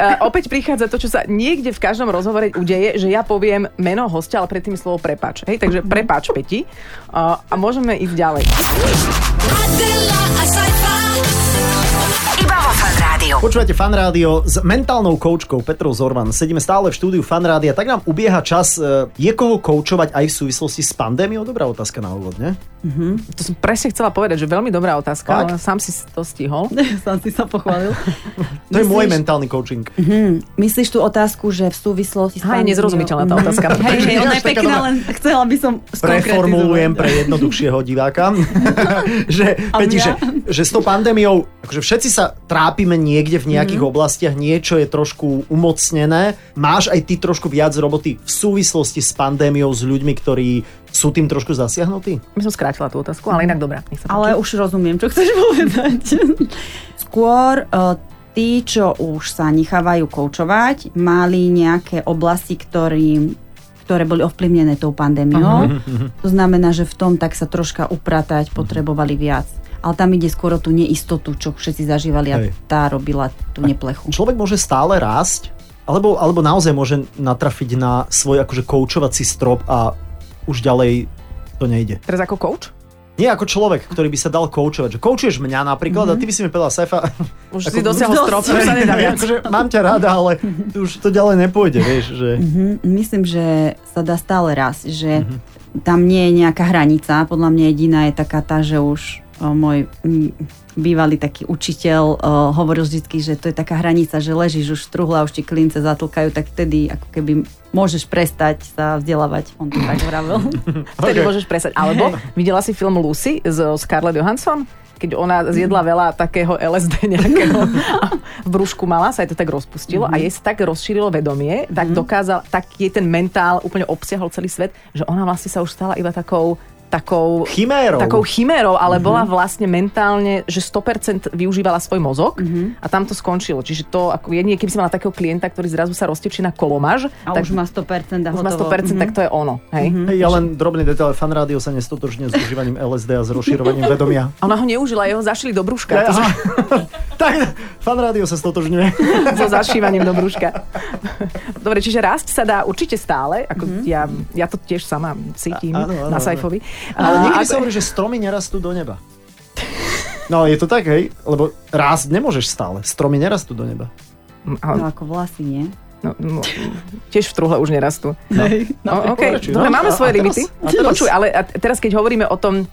S3: A opäť prichádza to, čo sa niekde v každom rozhovore udeje, že ja poviem meno hostia, ale predtým slovo prepač. Hej, takže prepač, Peti. A, a môžeme ísť ďalej.
S1: Adela, a saiba,
S4: Iba vo Fan Rádiu.
S2: Počúvate Fan Rádio s mentálnou koučkou Petrou Zorman. Sedíme stále v štúdiu Fan Rádia, tak nám ubieha čas. e, Je koho koučovať aj v súvislosti s pandémiou? Dobrá otázka na úvod, ne?
S3: To som presne chcela povedať, že veľmi dobrá otázka,
S2: Fakt?
S3: ale sám si to stihol.
S5: Som si sa pochválil.
S2: To je môj
S5: Myslíš-
S2: mentálny coaching.
S5: Myslíš tú otázku, že v
S3: Aha, je
S5: súvislosti s pandémiou-
S3: nezrozumiteľná tá otázka.
S5: Hej, hej, ona je
S2: Ináč taká
S5: pekná,
S2: dobrá.
S5: len chcela by som
S2: Preformulujem
S5: skonkretizovať.
S2: pre jednoduchšieho diváka, že,
S5: A
S2: Peti,
S5: mňa?
S2: že, že s tou pandémiou, akože všetci sa trápime niekde v
S5: Mhm.
S2: nejakých oblastiach, niečo je trošku umocnené. Máš aj ty trošku viac roboty v súvislosti s pandémiou, s ľuďmi, ktorí sú tým trošku zasiahnutí?
S3: My som skrátila tú otázku, ale inak dobrá. Nech sa páči.
S5: Ale už rozumiem, čo chceš povedať. Skôr eh, tí, čo už sa nechávajú koučovať, mali nejaké oblasti, ktorým ktoré boli ovplyvnené tou pandémiou. To znamená, že v tom tak sa troška upratať potrebovali viac. Ale tam ide skôr o tú neistotu, čo všetci zažívali a
S2: Hej.
S5: tá robila tú neplechu.
S2: Človek môže stále rásť, alebo, alebo naozaj môže natrafiť na svoj akože koučovací strop a už ďalej to nejde.
S3: Teraz ako coach?
S2: Nie ako človek, ktorý by sa dal koučovať. Že koučuješ mňa napríklad
S5: Mhm.
S2: mm-hmm. a ty by si mi povedal, Sefa,
S3: Už
S2: Ako-
S3: si dosiahol
S5: Dosť.
S3: strop, už sa nedá viac.
S2: Akože, mám ťa rada, ale už to ďalej nepôjde, vieš, že...
S5: Mhm, Myslím, že sa dá stále raz, že tam nie je nejaká hranica. Podľa mňa jediná je taká tá, že už o, môj mm, bývalý taký učiteľ o, hovoril vždy, že to je taká hranica, že ležíš už v truhle a už ti klince zatlkajú, tak vtedy ako keby môžeš prestať sa vzdelávať. On to tak vravel.
S3: Vtedy
S2: Ok.
S3: môžeš presať. Alebo videla si film Lucy s Scarlett Johansson? keď ona
S5: Mm.
S3: zjedla veľa takého LSD nejakého a v brúšku mala, sa jej to tak rozpustilo
S5: Mhm.
S3: a jej sa tak rozšírilo vedomie, tak dokázal, tak jej ten mentál úplne obsiahol celý svet, že ona vlastne sa už stala iba takou takou
S2: Chimérou.
S3: takou chimérou, ale
S5: Mhm.
S3: bola vlastne mentálne, že 100% využívala svoj mozog a
S5: Mhm.
S3: tam to skončilo. Čiže to, ako jedine, keby si mala takého klienta, ktorý zrazu sa roztečí na kolomaž,
S5: A už má 100% a
S3: už má 100%,
S5: hotovo. Mhm.
S3: tak to je ono. Hej?
S2: Hej, ja len drobný detail, fan rádio sa nestotožne s užívaním LSD a s rozširovaním vedomia.
S3: A Ona ho neužila, jeho zašili do brúška.
S2: Ja,
S3: To
S2: aha. tak, fan rádio sa stotožňuje.
S3: so zašívaním do brúška. Dobre, čiže rásť sa dá určite stále, ako ja, ja to tiež sama cítim
S2: A- áno, áno, áno.
S3: na Saifovi.
S2: Ale
S3: A-
S2: niekedy
S3: a-
S2: sa hovorí, že stromy nerastú do neba. No, je to tak, hej? Lebo rásť nemôžeš stále. Stromy nerastú do neba.
S5: No
S3: a-
S5: ako vlasy, nie?
S3: no, no, tiež v truhle už nerastú.
S2: No.
S3: No, OK,
S2: pokračuj. No,
S3: dobre, máme
S2: a-
S3: svoje
S2: a teraz?
S3: limity.
S2: A teraz?
S3: Počuj, ale a teraz keď hovoríme o tom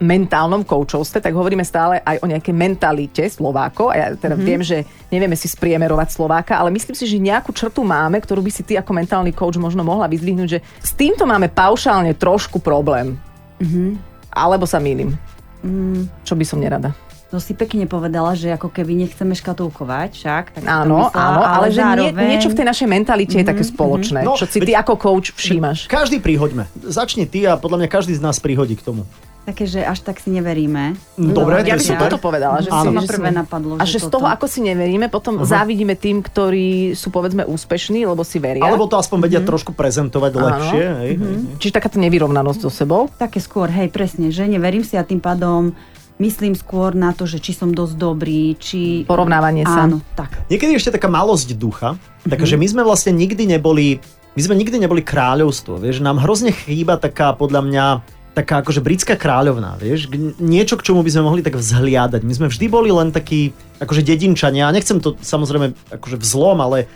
S3: mentálnom koučovstve, tak hovoríme stále aj o nejakej mentalite Slovákov. A ja teda
S2: Mhm.
S3: mm-hmm. viem, že nevieme si spriemerovať Slováka, ale myslím si, že nejakú črtu máme, ktorú by si ty ako mentálny coach možno mohla vyzdvihnúť, že s týmto máme paušálne trošku problém. Mm-hmm.
S2: Mhm.
S3: Alebo sa mýlim.
S2: Mm.
S3: Čo by som nerada.
S5: No si pekne povedala, že ako keby nechceme škatulkovať, však. Tak si to
S3: Áno,
S5: myslela,
S3: áno, ale, že nie,
S5: zároveň-
S3: niečo v tej našej mentalite mm-hmm. je také spoločné,
S2: No,
S3: mm-hmm. čo si ty
S2: veď-
S3: ako coach všímaš.
S2: Každý príhoďme. Začni ty a podľa mňa každý z nás príhodí k tomu.
S5: Také, že až tak si neveríme.
S2: Dobre,
S3: Ja
S2: No to je
S3: by som
S2: super.
S3: toto povedala. Že
S5: Áno.
S3: si, že
S5: Ma
S3: si-
S5: prvé napadlo,
S3: A
S5: že
S3: že z
S5: toto.
S3: toho, ako si neveríme, potom závidíme tým, ktorí sú povedzme úspešní, lebo si veria.
S2: Alebo to aspoň vedia trošku prezentovať lepšie. Hej, hej, hej.
S3: Čiže takáto nevyrovnanosť so sebou.
S5: Také skôr, hej, presne, že neverím si a tým pádom myslím skôr na to, že či som dosť dobrý, či...
S3: Porovnávanie sa.
S5: Áno, tak.
S2: Niekedy ešte taká malosť ducha, takže my sme vlastne nikdy neboli, my sme nikdy neboli kráľovstvo, vieš, nám hrozne chýba taká podľa mňa taká akože britská kráľovná, vieš, k- niečo, k čomu by sme mohli tak vzhliadať. My sme vždy boli len takí akože dedinčania, a nechcem to samozrejme akože vzlom, ale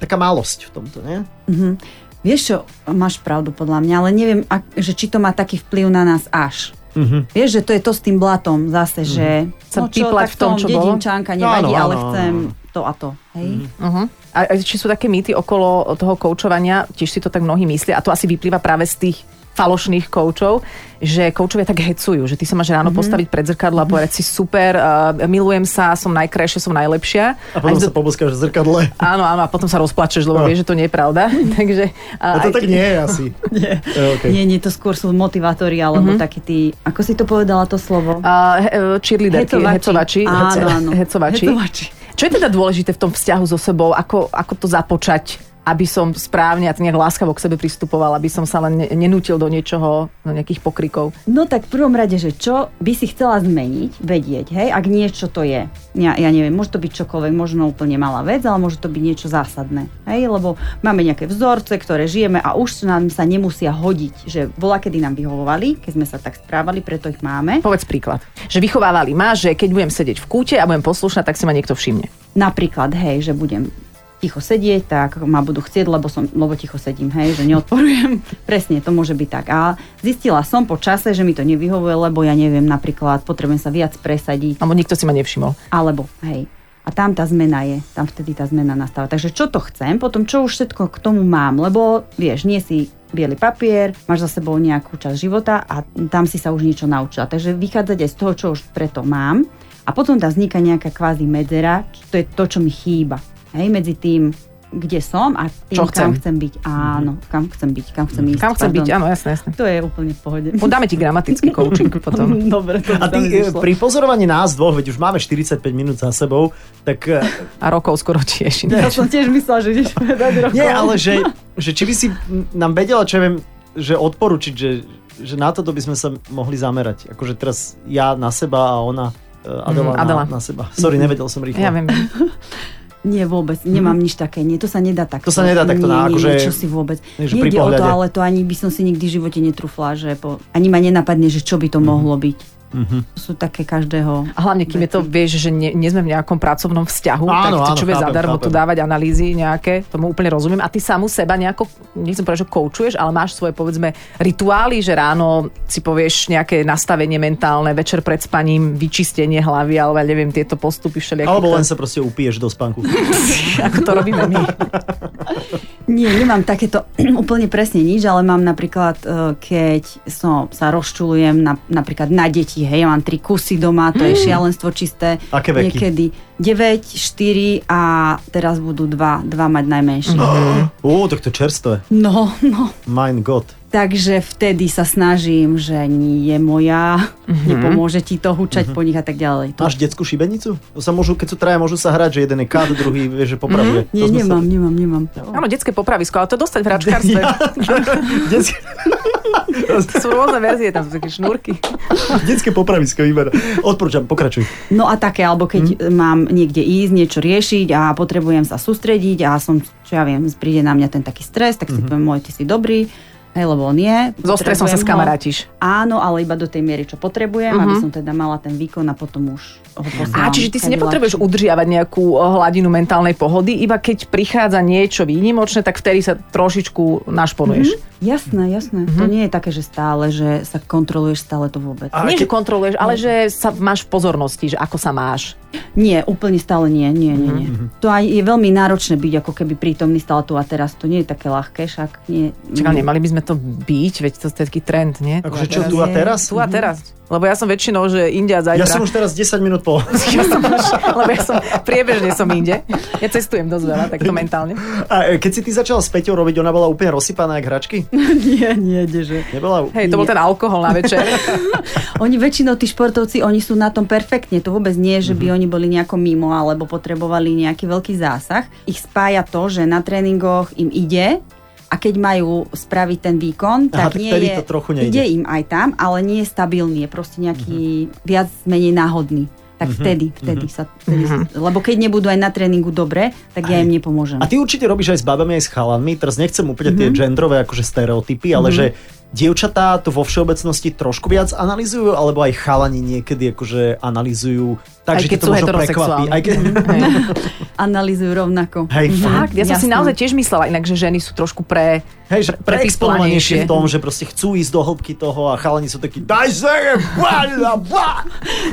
S2: taká malosť v tomto, nie?
S5: Vieš čo, máš pravdu podľa mňa, ale neviem, ak, že či to má taký vplyv na nás až.
S2: Mhm.
S5: Vieš, že to je to s tým blatom zase, že... No
S3: Sa píplať v tom, čo bolo?
S5: Dedinčánka nevadí,
S2: No, Áno, áno,
S5: ale
S2: áno,
S5: chcem
S2: áno. Mhm.
S5: to a to, hej?
S3: Uh-huh. A, a či sú také mýty okolo toho koučovania, tiež si to tak mnohí myslia a to asi vyplýva práve z tých falošných koučov, že koučovia tak hecujú, že ty sa máš
S5: Mhm.
S3: ráno mm-hmm. postaviť pred zrkadlo a
S2: Mhm.
S3: povedať si super, uh, milujem sa, som najkrajšia, som najlepšia.
S2: A potom sa poboskáš v zrkadle.
S3: Áno, áno, a potom sa rozplačeš,
S2: No.
S3: lebo vieš, že to nie je pravda. Takže, eh,
S2: A to
S3: aj
S2: tak
S3: keď-
S2: nie je asi. nie. Okay.
S5: Nie, nie, to skôr sú motivátori,
S3: Mhm.
S5: alebo mm-hmm. takí tí, ako si to povedala to slovo?
S3: A he- e, cheerleaderky, hecovači.
S5: Áno,
S3: hece-
S5: áno.
S3: Hecovači.
S5: Hecovači.
S3: Čo je teda dôležité v tom vzťahu so sebou? Ako, ako to započať? aby som správne a nejak láskavo k sebe pristupoval, aby som sa len ne- nenútil do niečoho, do nejakých pokrikov.
S5: No tak v prvom rade, že čo by si chcela zmeniť, vedieť, hej, ak niečo to je. Ja, ja neviem, môže to byť čokoľvek, možno úplne malá vec, ale môže to byť niečo zásadné, hej, lebo máme nejaké vzorce, ktoré žijeme a už nám sa nemusia hodiť, že bola kedy nám vyhovovali, keď sme sa tak správali, preto ich máme.
S3: Povedz príklad. Že vychovávali ma, že keď budem sedieť v kúte a budem poslušná, tak si ma niekto všimne.
S5: Napríklad, hej, že budem ticho sedieť, tak ma budú chcieť, lebo, som, lebo ticho sedím, hej, že neodporujem. Presne, to môže byť tak. A zistila som po čase, že mi to nevyhovuje, lebo ja neviem, napríklad potrebujem sa viac presadiť,
S3: Alebo niekto si ma nevšimol.
S5: Alebo, hej. A tam tá zmena je, tam vtedy tá zmena nastáva. Takže čo to chcem, potom čo už všetko k tomu mám, lebo vieš, nie si biely papier, máš za sebou nejakú časť života a tam si sa už niečo naučila. Takže vychádzať aj z toho, čo už preto mám. A potom tam vzniká nejaká kvázi medzera, č- to je to, čo mi chýba. Hej, medzi tým, kde som a
S3: Čo
S5: tým, kam
S3: chcem.
S5: chcem byť. Áno, kam chcem byť, kam chcem ísť.
S3: Kam chcem byť? Áno, jasné, jasné.
S5: To je úplne v pohode.
S3: Podáme ti gramatický coaching potom.
S5: Dobre, to
S2: A
S5: by sa
S2: ty
S5: mi
S2: e,
S5: zišlo.
S2: pri pozorovaní nás dvoch, veď už máme 45 minút za sebou, tak e,
S3: A rokov skoro tiež.
S5: Ja som tiež myslela, že ideš povedať rokov.
S2: nie, ale že, že či by si nám vedela, čo ja viem, že odporučiť, že, že na toto by sme sa mohli zamerať. Akože teraz ja na seba a ona e, Adela,
S3: Mhm,
S2: mm,
S3: Adela. Mhm.
S2: Na, na seba. Sorry, nevedel som rýchlo.
S3: Ja viem.
S5: Nie, vôbec, nemám nič také, nie, to sa nedá
S2: Mhm. To
S5: takto.
S2: sa nedá takto,
S5: nie,
S2: na-
S5: nie,
S2: akože-
S5: nie, čo si vôbec.
S2: Nie, že pri
S5: Nejde o to,
S2: pohľade.
S5: ale to ani by som si nikdy v živote netrúfla, že po, ani ma nenapadne, že čo by to mohlo byť.
S2: Mhm.
S5: To sú také každého.
S3: A hlavne, kým je to, vieš, že nie, nie sme v nejakom pracovnom vzťahu,
S2: Áno, áno,
S3: tak čo je
S2: chápem,
S3: zadarmo
S2: chápem.
S3: tu dávať analýzy nejaké, tomu úplne rozumiem. A ty samu seba nejako, nechcem povedať, že koučuješ, ale máš svoje, povedzme, rituály, že ráno si povieš nejaké nastavenie mentálne, večer pred spaním, vyčistenie hlavy, alebo ja neviem, tieto postupy všelijaké.
S2: Alebo len sa
S3: ktoré-
S2: proste upiješ do spánku.
S3: ako to robíme my.
S5: Nie, nemám takéto úplne presne nič, ale mám napríklad, e, keď som, sa rozčulujem na, napríklad na deti, hej, ja mám tri kusy doma, to je šialenstvo čisté.
S2: Mm. Aké veky?
S5: Niekedy 9, 4 a teraz budú 2, 2 mať najmenší.
S2: No. Ó, tak to je čerstvé.
S5: No, no.
S2: Mein Gott.
S5: Takže vtedy sa snažím, že nie je moja, mm-hmm.
S3: Mhm.
S5: nepomôže ti to hučať mm-hmm. po nich a tak ďalej. To...
S2: Máš detskú šibenicu? To sa môžu, keď sú traja, môžu sa hrať, že jeden je kad, druhý vie, že
S3: Mhm.
S2: popravuje. To
S5: Nie,
S2: sme
S5: nemám,
S2: Sa...
S5: nemám, nemám.
S3: Áno, detské popravisko, ale to dostať v hračkárstve.
S2: Detské,
S3: To sú rôzne verzie, tam sú také šnúrky.
S2: detské popravisko vyberá. Odporúčam, pokračuj.
S5: No a také, alebo
S3: Mhm.
S5: keď mm. mám niekde ísť, niečo riešiť a potrebujem sa sústrediť a som, čo ja viem, príde na mňa ten taký stres, tak si poviem, môj, ty si dobrý, hej, lebo on je.
S3: Mhm. So stresom sa
S5: Potrebujem ho.
S3: skamarátiš.
S5: Áno, ale iba do tej miery, čo potrebujem, mm-hmm. aby som teda mala ten výkon a potom už ho posielam.
S3: A čiže ty si
S5: kade
S3: nepotrebuješ
S5: ľahšie.
S3: udržiavať nejakú o, hladinu mentálnej pohody, iba keď prichádza niečo výnimočné, tak vtedy sa trošičku našponuješ.
S5: Mhm.
S3: Mm-hmm.
S5: Jasné, jasné. Mm-hmm. To
S3: Mhm.
S5: nie je také, že stále, že sa kontroluješ stále to vôbec.
S2: A
S3: Nie,
S2: keď- No.
S3: že kontroluješ, ale že sa máš v pozornosti, že ako sa máš.
S5: Nie, úplne stále nie, nie, nie, nie. To aj je veľmi náročné byť ako keby prítomný stále tu a teraz. To nie je také ľahké, však nie.
S3: Čakaj,
S2: Mhm.
S3: nemali by sme to byť, veď to je taký trend, nie?
S2: Akože čo, tu a teraz?
S3: Tu a teraz. Lebo ja som väčšinou, že India zajtra.
S2: Mhm. Ja som už teraz 10 minút po.
S3: ja som už, lebo ja som priebežne som inde. Ja cestujem dosť veľa, takto mentálne.
S2: A e, keď si ty začala s Peťou robiť, ona bola úplne rozsypaná jak hračky?
S5: nie, nie, kdeže.
S2: Nebola...
S3: Hej, to bol ten alkohol na večer.
S5: Oni väčšinou, tí športovci, oni sú na tom perfektne. To vôbec nie, je, že by
S2: Mhm.
S5: oni boli nejako mimo alebo potrebovali nejaký veľký zásah. Ich spája to, že na tréningoch im ide a keď majú spraviť ten výkon,
S2: Aha,
S5: tak
S2: tak
S5: nie
S2: vtedy
S5: je,
S2: to trochu nejde.
S5: ide im aj tam, ale nie je stabilný, je proste nejaký
S2: Mhm.
S5: viac menej náhodný. Tak vtedy, vtedy sa... Vtedy, Lebo keď nebudú aj na tréningu dobre, tak ja im nepomôžem.
S2: A ty určite robíš aj s babami, aj s chalanmi. Teraz nechcem úplne
S3: Mhm.
S2: tie genderové akože stereotypy, ale že dievčatá to vo všeobecnosti trošku viac analizujú, alebo aj chalani niekedy akože analizujú.
S3: Aj
S2: Takže
S3: keď
S2: ti to
S3: sú
S2: možno prekvapí.
S3: heterosexuálni.
S2: Aj keď...
S3: Hej.
S5: Analizujú rovnako.
S2: Hej, fakt.
S3: Fakt, ja som si
S5: Jasné.
S3: naozaj tiež myslela inak, že ženy sú trošku pre...
S2: Hej, že
S3: Pre-
S2: preexponovanejšie v
S3: preexponovanejšie.
S2: tom, že proste chcú ísť do hĺbky toho a chalani sú takí daj sa,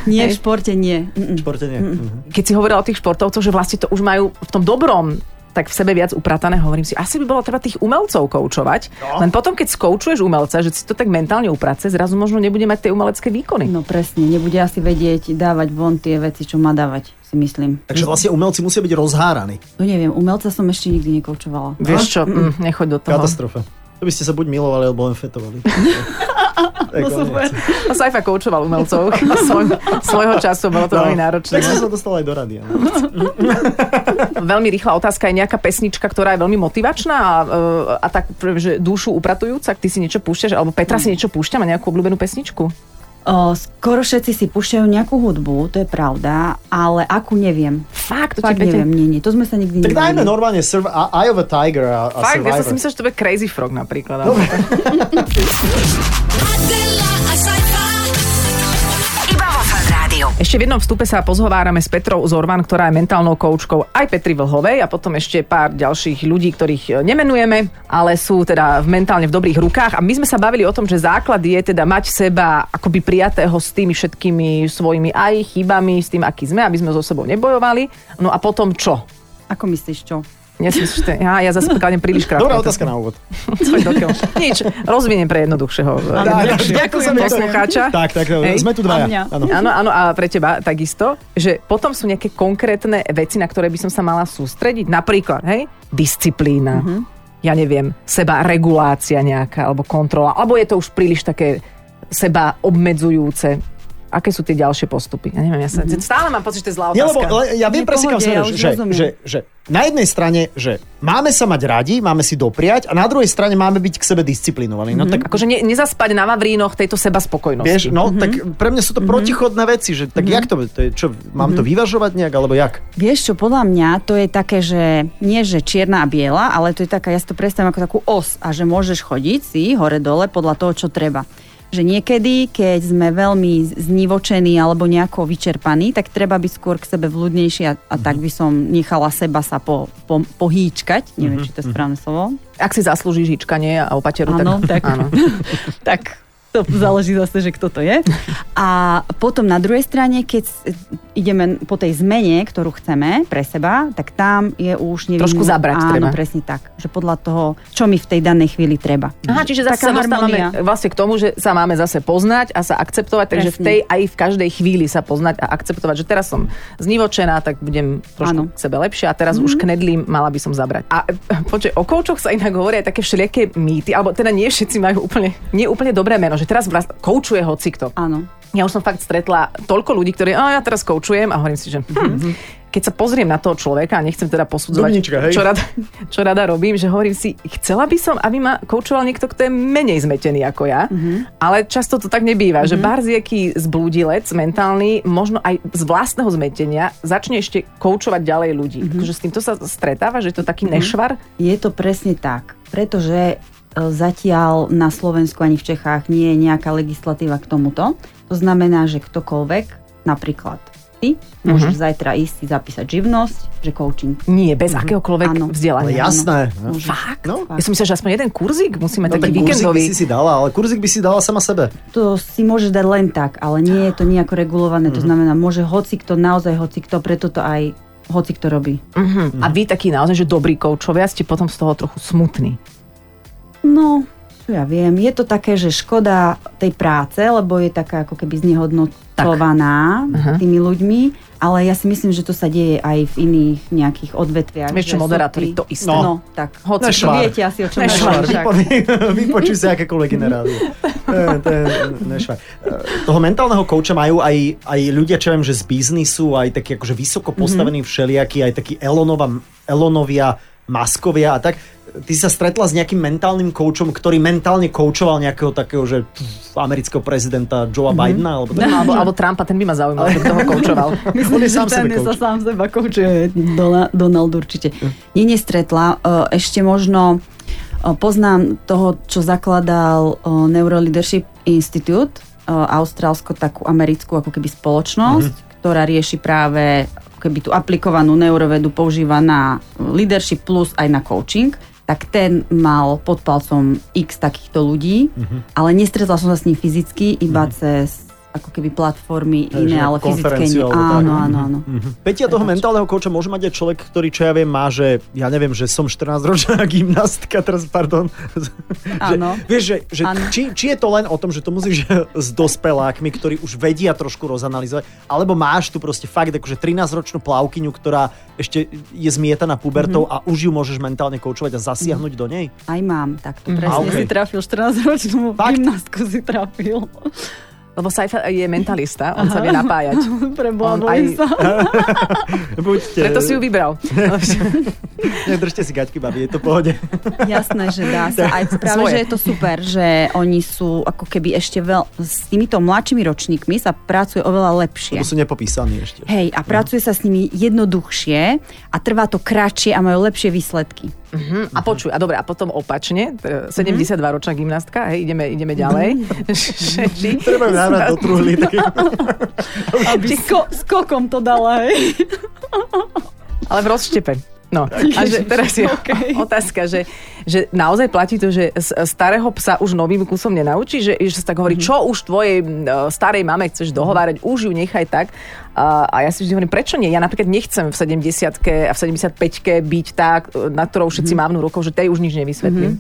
S5: Nie, v športe nie. Mm-mm.
S2: Športe nie. Mhm.
S3: Keď si hovorila o tých športovcoch, že vlastne to už majú v tom dobrom tak v sebe viac upratané, hovorím si, asi by bolo treba tých umelcov koučovať. No. Len potom, keď skoučuješ umelca, že si to tak mentálne uprace, zrazu možno nebude mať tie umelecké výkony.
S5: No presne, nebude asi vedieť dávať von tie veci, čo má dávať, si myslím.
S2: Takže vlastne umelci musia byť rozháraní.
S5: To neviem, umelca som ešte nikdy nekoučovala.
S3: Vieš čo, mm, nechoď do toho.
S2: Katastrofa. To by ste sa buď milovali, alebo len fetovali. Tak
S5: No
S2: ale
S5: super.
S2: nechcem.
S3: No, Saifa koučoval umelcov svoj, svojho času, bolo to
S2: No,
S3: veľmi náročné.
S2: Tak som sa dostal aj do rady. áno.
S3: Veľmi rýchla otázka je nejaká pesnička, ktorá je veľmi motivačná a, e, a tak, že dušu upratujúca, ty si niečo púšťaš, alebo Petra
S5: Mm.
S3: si niečo púšťa, má nejakú obľúbenú pesničku?
S5: O, skoro všetci si púšťajú nejakú hudbu, to je pravda, ale akú neviem.
S3: Fakt, to
S5: Fakt
S3: ti Peter...
S5: neviem, nie, nie, to sme sa nikdy
S2: Tak dajme no.
S5: nebavili.
S2: normálne Surv- a- Eye of a Tiger a, a
S3: Fakt, ja
S2: Survivor.
S3: som si
S2: No,
S3: myslel, že to bude Crazy Frog napríklad. ale-
S1: Adella Asaifa.
S4: Iba vo Fan Rádiu.
S3: Ešte v jednom vstupe sa pozhovárame s Petrou Zorvan, ktorá je mentálnou koučkou aj Petri Vlhovej a potom ešte pár ďalších ľudí, ktorých e, nemenujeme, ale sú teda v- mentálne v dobrých rukách. A my sme sa bavili o tom, že základ je teda mať seba akoby prijatého s tými všetkými svojimi aj chybami, s tým, aký sme, aby sme so sebou nebojovali. No a potom čo?
S5: Ako myslíš, čo?
S3: Nesmíš, že... Ja, ja zase kladem príliš krátko.
S2: Dobrá otázka na úvod.
S3: Nič, rozviniem pre jednoduchšieho. e,
S2: Tak, to sa mi to-
S3: poslucháča.
S2: Tak, tak,
S3: Hej.
S2: sme tu
S5: A mňa.
S2: dvaja. Áno.
S3: Áno, áno, a pre teba takisto, že potom sú nejaké konkrétne veci, na ktoré by som sa mala sústrediť. Napríklad, hej, disciplína,
S2: Mhm.
S3: uh-huh. ja neviem, seba regulácia nejaká, alebo kontrola, alebo je to už príliš také seba obmedzujúce. Aké sú tie ďalšie postupy? Ja neviem, ja sa, uh-huh. stále mám pocit, že to je zlá
S2: Mhm. Nie, lebo
S3: otázka.
S2: le, ja viem
S5: Nie,
S2: presne, kam
S5: pohode,
S2: smeruješ,
S5: ja už
S2: že,
S5: rozumiem.
S2: že, že na jednej strane, že máme sa mať radi, máme si dopriať a na druhej strane máme byť k sebe disciplinovaní. No
S5: Mhm.
S2: tak
S3: Akože ne, nezaspať na Vavrínoch tejto seba spokojnosti.
S2: Vieš, no tak
S5: Mhm.
S2: pre mňa sú to protichodné veci, že tak jak to, to je, čo, mám
S5: Mhm.
S2: to vyvažovať nejak, alebo jak?
S5: Vieš čo, podľa mňa to je také, že nie že čierna a biela, ale to je taká, ja si to predstavím ako takú os a že môžeš chodiť si hore-dole podľa toho, čo treba. Že niekedy, keď sme veľmi znivočení alebo nejako vyčerpaní, tak treba byť skôr k sebe vľúdnejší a, a tak by som nechala seba sa po, po, pohýčkať. Neviem, či to je správne slovo.
S3: Ak si zaslúži žičkanie a opateru,
S5: Áno,
S3: tak,
S5: tak.
S3: áno.
S5: tak to záleží zase, že kto to je. A potom na druhej strane, keď s- ideme po tej zmene, ktorú chceme pre seba, tak tam je už nevinné.
S3: Trošku zabrať
S5: Áno,
S3: treba.
S5: presne tak. Že podľa toho, čo mi v tej danej chvíli treba.
S3: Aha, čiže zase sa
S5: Taká
S3: dostávame
S5: harmonia.
S3: vlastne k tomu, že sa máme zase poznať a sa akceptovať, takže v
S5: Presne.
S3: tej aj v každej chvíli sa poznať a akceptovať, že teraz som znivočená, tak budem trošku
S5: Áno. Mhm.
S3: k sebe lepšia a teraz mm-hmm. už knedlím, mala by som zabrať. A eh, počkaj, o koučoch sa inak hovoria aj také všelijaké mýty, alebo teda nie všetci majú úplne, nie úplne dobré meno, že teraz vás koučuje hocikto.
S5: Áno.
S3: Ja už som fakt stretla toľko ľudí, ktorí, a ja teraz koučujem a hovorím si, že hm, keď sa pozriem na toho človeka a nechcem teda posudzovať,
S2: Dubnička, Mhm. hej.
S3: čo, rada, čo rada robím, že hovorím si, chcela by som, aby ma koučoval niekto, kto je menej zmetený ako ja,
S2: Mhm.
S3: ale často to tak nebýva, že barzieký zblúdilec mentálny, možno aj z vlastného zmetenia, začne ešte koučovať ďalej ľudí.
S2: Mhm.
S3: Takže s týmto sa stretáva, že je to taký nešvar.
S5: Je to presne tak, pretože e, zatiaľ na Slovensku ani v Čechách nie je nejaká legislatíva k tomuto. To znamená, že ktokoľvek, napríklad ty, môžeš zajtra ísť si zapísať živnosť, že coaching.
S3: Nie, bez akéhokoľvek
S5: Áno.
S2: Mhm. Ale
S3: vzdelania.
S5: ja-
S2: jasné. No.
S5: Môžeš.
S3: Fakt?
S2: No.
S3: Ja som myslela, že aspoň jeden kurzík musíme
S2: No,
S3: taký
S2: tak kurzik by
S3: víkendový.
S2: si si dala, ale kurzik by si dala sama sebe.
S5: To si môže dať len tak, ale nie je to nejako regulované.
S2: Mhm.
S5: To znamená, môže hoci kto, naozaj hoci kto, preto to aj hoci kto robí.
S3: Uh-huh. A vy takí naozaj, že dobrí koučovia ste potom z toho trochu smutní.
S5: No, čo ja viem, je to také, že škoda tej práce, lebo je taká ako keby znehodnotovaná tými ľuďmi, ale ja si myslím, že to sa deje aj v iných nejakých odvetviach.
S3: Vieš čo,
S5: že sú
S3: moderátori,
S5: tí-
S3: to isté.
S5: No,
S3: No.
S5: no tak.
S3: Hoci
S5: to
S2: čo.
S5: viete asi, o čom
S3: Nešvar,
S5: hovorím, tak.
S2: Vypo- Vypočuj si akékoľvek iné rádio. To je- to je nešvar. Toho mentálneho kouča majú aj, aj ľudia, čo viem, že z biznisu, aj takí akože vysoko
S3: Mhm.
S2: postavení všelijakí, aj takí Elonova, Elonovia, Maskovia a tak. Ty si sa stretla s nejakým mentálnym koučom, ktorý mentálne koučoval nejakého takého, že pf, amerického prezidenta Joea
S3: Mhm.
S2: Bidena, alebo tak.
S3: Alebo, alebo Trumpa, ten by ma zaujímal, že by toho koučoval.
S2: On je sám
S5: že ten
S2: sebe Hm.
S5: sa
S2: coach.
S5: sám seba koučuje. Dona- Donald určite. Nie, nestretla. E, Ešte možno e, poznám toho, čo zakladal e, Neuroleadership Institute, e, austrálsko takú americkú ako keby spoločnosť,
S2: Mhm.
S5: ktorá rieši práve ako keby tú aplikovanú neurovedu používa na leadership plus aj na coaching tak ten mal
S2: Mhm.
S5: pod palcom x takýchto ľudí, ale nestretla som sa s ním fyzicky, iba cez ako keby
S2: Hej,
S5: platformy
S2: že
S5: iné, ale
S2: nejakú
S5: fyzické
S2: konferenciu
S5: nie.
S2: alebo tak. Mhm.
S5: Áno, áno, áno.
S2: Petia toho mentálneho kouča môže mať aj človek, ktorý, čo ja viem, má, že ja neviem, že som 14-ročná gymnastka, teraz, pardon.
S5: Áno.
S2: Že, vieš, že, že
S5: Áno.
S2: či, či, je to len o tom, že to musíš s dospelákmi, ktorí už vedia trošku rozanalizovať, alebo máš tu proste fakt akože 13-ročnú plavkyňu, ktorá ešte je zmietaná pubertou a už ju môžeš mentálne koučovať a zasiahnuť do nej?
S5: Aj mám takto,
S2: A
S5: presne
S2: okej.
S5: si trafil 14-ročnú
S2: Fakt?
S5: gymnastku si trafil.
S3: Lebo Saifa je mentalista, on sa vie napájať. On
S5: Preboha,
S3: aj-
S5: bojím sa.
S2: Buďte.
S3: Preto si ju vybral.
S2: Držte si gaťky, babi, je to v pohode.
S5: Jasné, že dá sa. Aj práve,
S3: Svoje.
S5: že je to super, že oni sú ako keby ešte veľ... s týmito mladšími ročníkmi sa pracuje oveľa lepšie.
S2: Lebo sú nepopísaní ešte.
S5: Hej, a pracuje sa s nimi jednoduchšie a trvá to kratšie a majú lepšie výsledky.
S3: Mhm. A počuj, a dobre, a potom opačne, t- 72-ročná gymnastka, hej, ideme, ideme ďalej. Ženy
S2: Treba ju nahrať do truhly. Také...
S5: Aby sko- skokom to dala, hej.
S3: Ale v rozštepe. No, a že teraz je
S5: okej.
S3: otázka, že, že naozaj platí to, že s- starého psa už novým kusom nenaučí, že, že sa tak
S5: Mhm.
S3: hovorí, čo už tvojej mm, starej mame chceš dohovárať, už ju nechaj tak. A, a ja si vždy hovorím, prečo nie? Ja napríklad nechcem v 70 a v 75-ke byť tak, e, na ktorou všetci
S5: Mhm.
S3: mávnu rukou, že tej už nič nevysvetlím.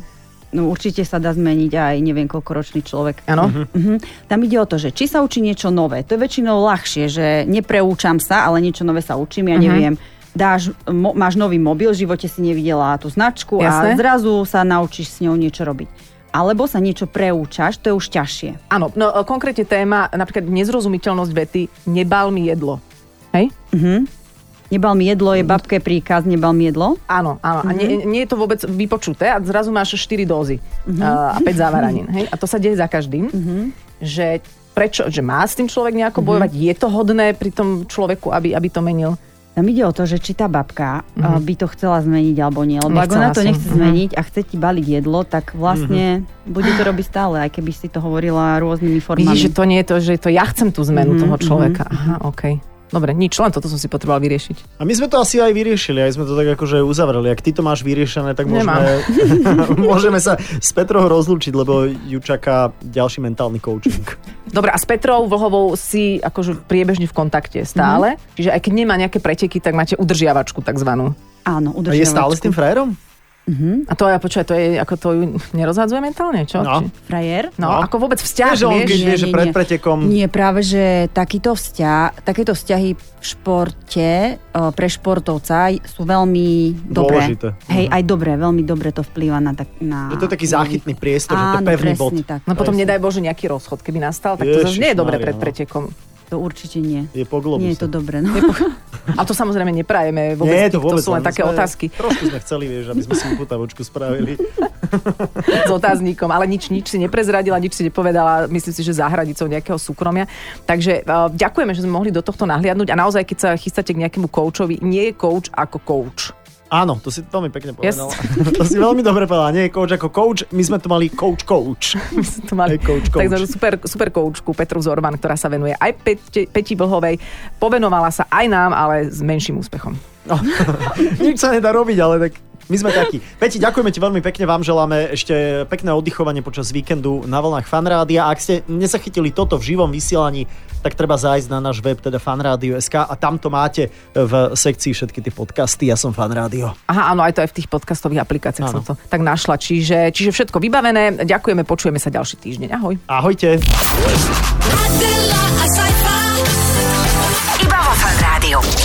S5: No určite sa dá zmeniť aj neviem koľkoročný človek.
S3: Áno?
S5: Mhm. Tam ide o to, že či sa učí niečo nové. To je väčšinou ľahšie, že nepreúčam sa, ale niečo nové sa
S3: Mhm.
S5: učím, ja neviem. Dáš, mo, máš nový mobil, v živote si nevidela tú značku
S3: Jasné.
S5: a zrazu sa naučíš s ňou niečo robiť. Alebo sa niečo preúčaš, to je už ťažšie.
S3: Áno, no e, konkrétne téma, napríklad nezrozumiteľnosť vety, nebal mi jedlo. Hej?
S5: Nebal mi jedlo,
S3: Mhm.
S5: je babke príkaz, nebal mi jedlo.
S3: Áno, áno. A nie, nie je to vôbec vypočuté a zrazu máš 4 dózy uh, a 5 závaranín. Hej? A to sa deje za každým, že prečo, že má s tým človek nejako bojovať, je to hodné pri tom človeku, aby, aby to menil.
S5: Tam ide o to, že či tá babka mm by to chcela zmeniť alebo nie. Lebo
S3: Mhm.
S5: ak
S3: Nechcela
S5: ona to
S3: som.
S5: nechce
S3: Mhm.
S5: zmeniť a chce ti baliť jedlo, tak vlastne bude to robiť stále, aj keby si to hovorila rôznymi formami.
S3: Vidíš, že to nie je to, že je to ja chcem tú zmenu toho človeka. Aha, okej. Dobre, nič, len toto som si potreboval vyriešiť.
S2: A my sme to asi aj vyriešili, aj sme to tak akože uzavreli. Ak ty to máš vyriešené, tak
S3: Nemám.
S2: môžeme, môžeme sa s Petrou rozlúčiť, lebo ju čaká ďalší mentálny coaching.
S3: Dobre, a s Petrou Vlhovou si akože priebežne v kontakte stále, čiže aj keď nemá nejaké preteky, tak máte udržiavačku takzvanú.
S5: Áno,
S2: A je stále s tým
S5: udržiavačku.
S2: frajerom?
S3: A to ja počujem, to je, ako to ju nerozhadzuje mentálne, čo?
S2: No.
S3: Či-
S5: frajer?
S2: No.
S3: No, no, ako vôbec vzťah,
S2: Vieš, že on
S3: vieš?
S2: keď vie, že
S5: nie,
S2: pred
S5: nie.
S2: pretekom...
S5: Nie, práve, že takýto vzťah, takéto vzťahy v športe e, pre športovca sú veľmi dobré.
S2: Dôležité. Mhm.
S5: Hej, aj dobré, veľmi dobre to vplýva na... Tak, na
S2: Že to je taký záchytný priestor, že to je
S5: Áno,
S2: pevný bod.
S5: presne tak.
S3: No potom
S2: Presne.
S3: nedaj Bože nejaký rozchod, keby nastal, tak to zase nie je dobre
S2: Ježišmária,
S3: pred
S2: no.
S3: pretekom.
S5: To určite nie.
S2: Je po globuse.
S5: Nie je to dobré. No.
S3: A to samozrejme neprajeme vôbec,
S2: Nie,
S3: to, vôbec, to sú len
S2: my
S3: také
S2: sme-
S3: otázky
S2: Trošku sme chceli, vieš, aby sme si uputavočku spravili.
S3: s otáznikom, ale nič, nič si neprezradila, nič si nepovedala, myslím si, že za hranicou nejakého súkromia. Takže uh, ďakujeme, že sme mohli do tohto nahliadnúť a naozaj, keď sa chystáte k nejakému koučovi, nie je coach ako coach.
S2: Áno, to si veľmi pekne
S3: Yes.
S2: povedal. to si veľmi dobre povedala. Nie je coach ako coach, my sme tu mali coach coach.
S3: My sme tu mali
S2: Aj coach, coach.
S3: takzvanú super, super koučku Petru Zorman, ktorá sa venuje aj Peti, Peti Blhovej. Povenovala sa aj nám, ale s menším úspechom.
S2: No, nič sa nedá robiť, ale tak my sme takí. Peti, ďakujeme ti veľmi pekne, vám želáme ešte pekné oddychovanie počas víkendu na vlnách Fanrádia. Ak ste nezachytili toto v živom vysielaní, tak treba zájsť na náš web, teda fanradio.sk a tam to máte v sekcii všetky tie podcasty. Ja som Fanrádio.
S3: Aha, áno, aj to aj v tých podcastových aplikáciách
S2: Áno.
S3: som to tak našla. Čiže, čiže všetko vybavené. Ďakujeme, počujeme sa ďalší týždeň. Ahoj.
S2: Ahojte.
S1: Adela, a
S4: Iba vo Fan Rádiu.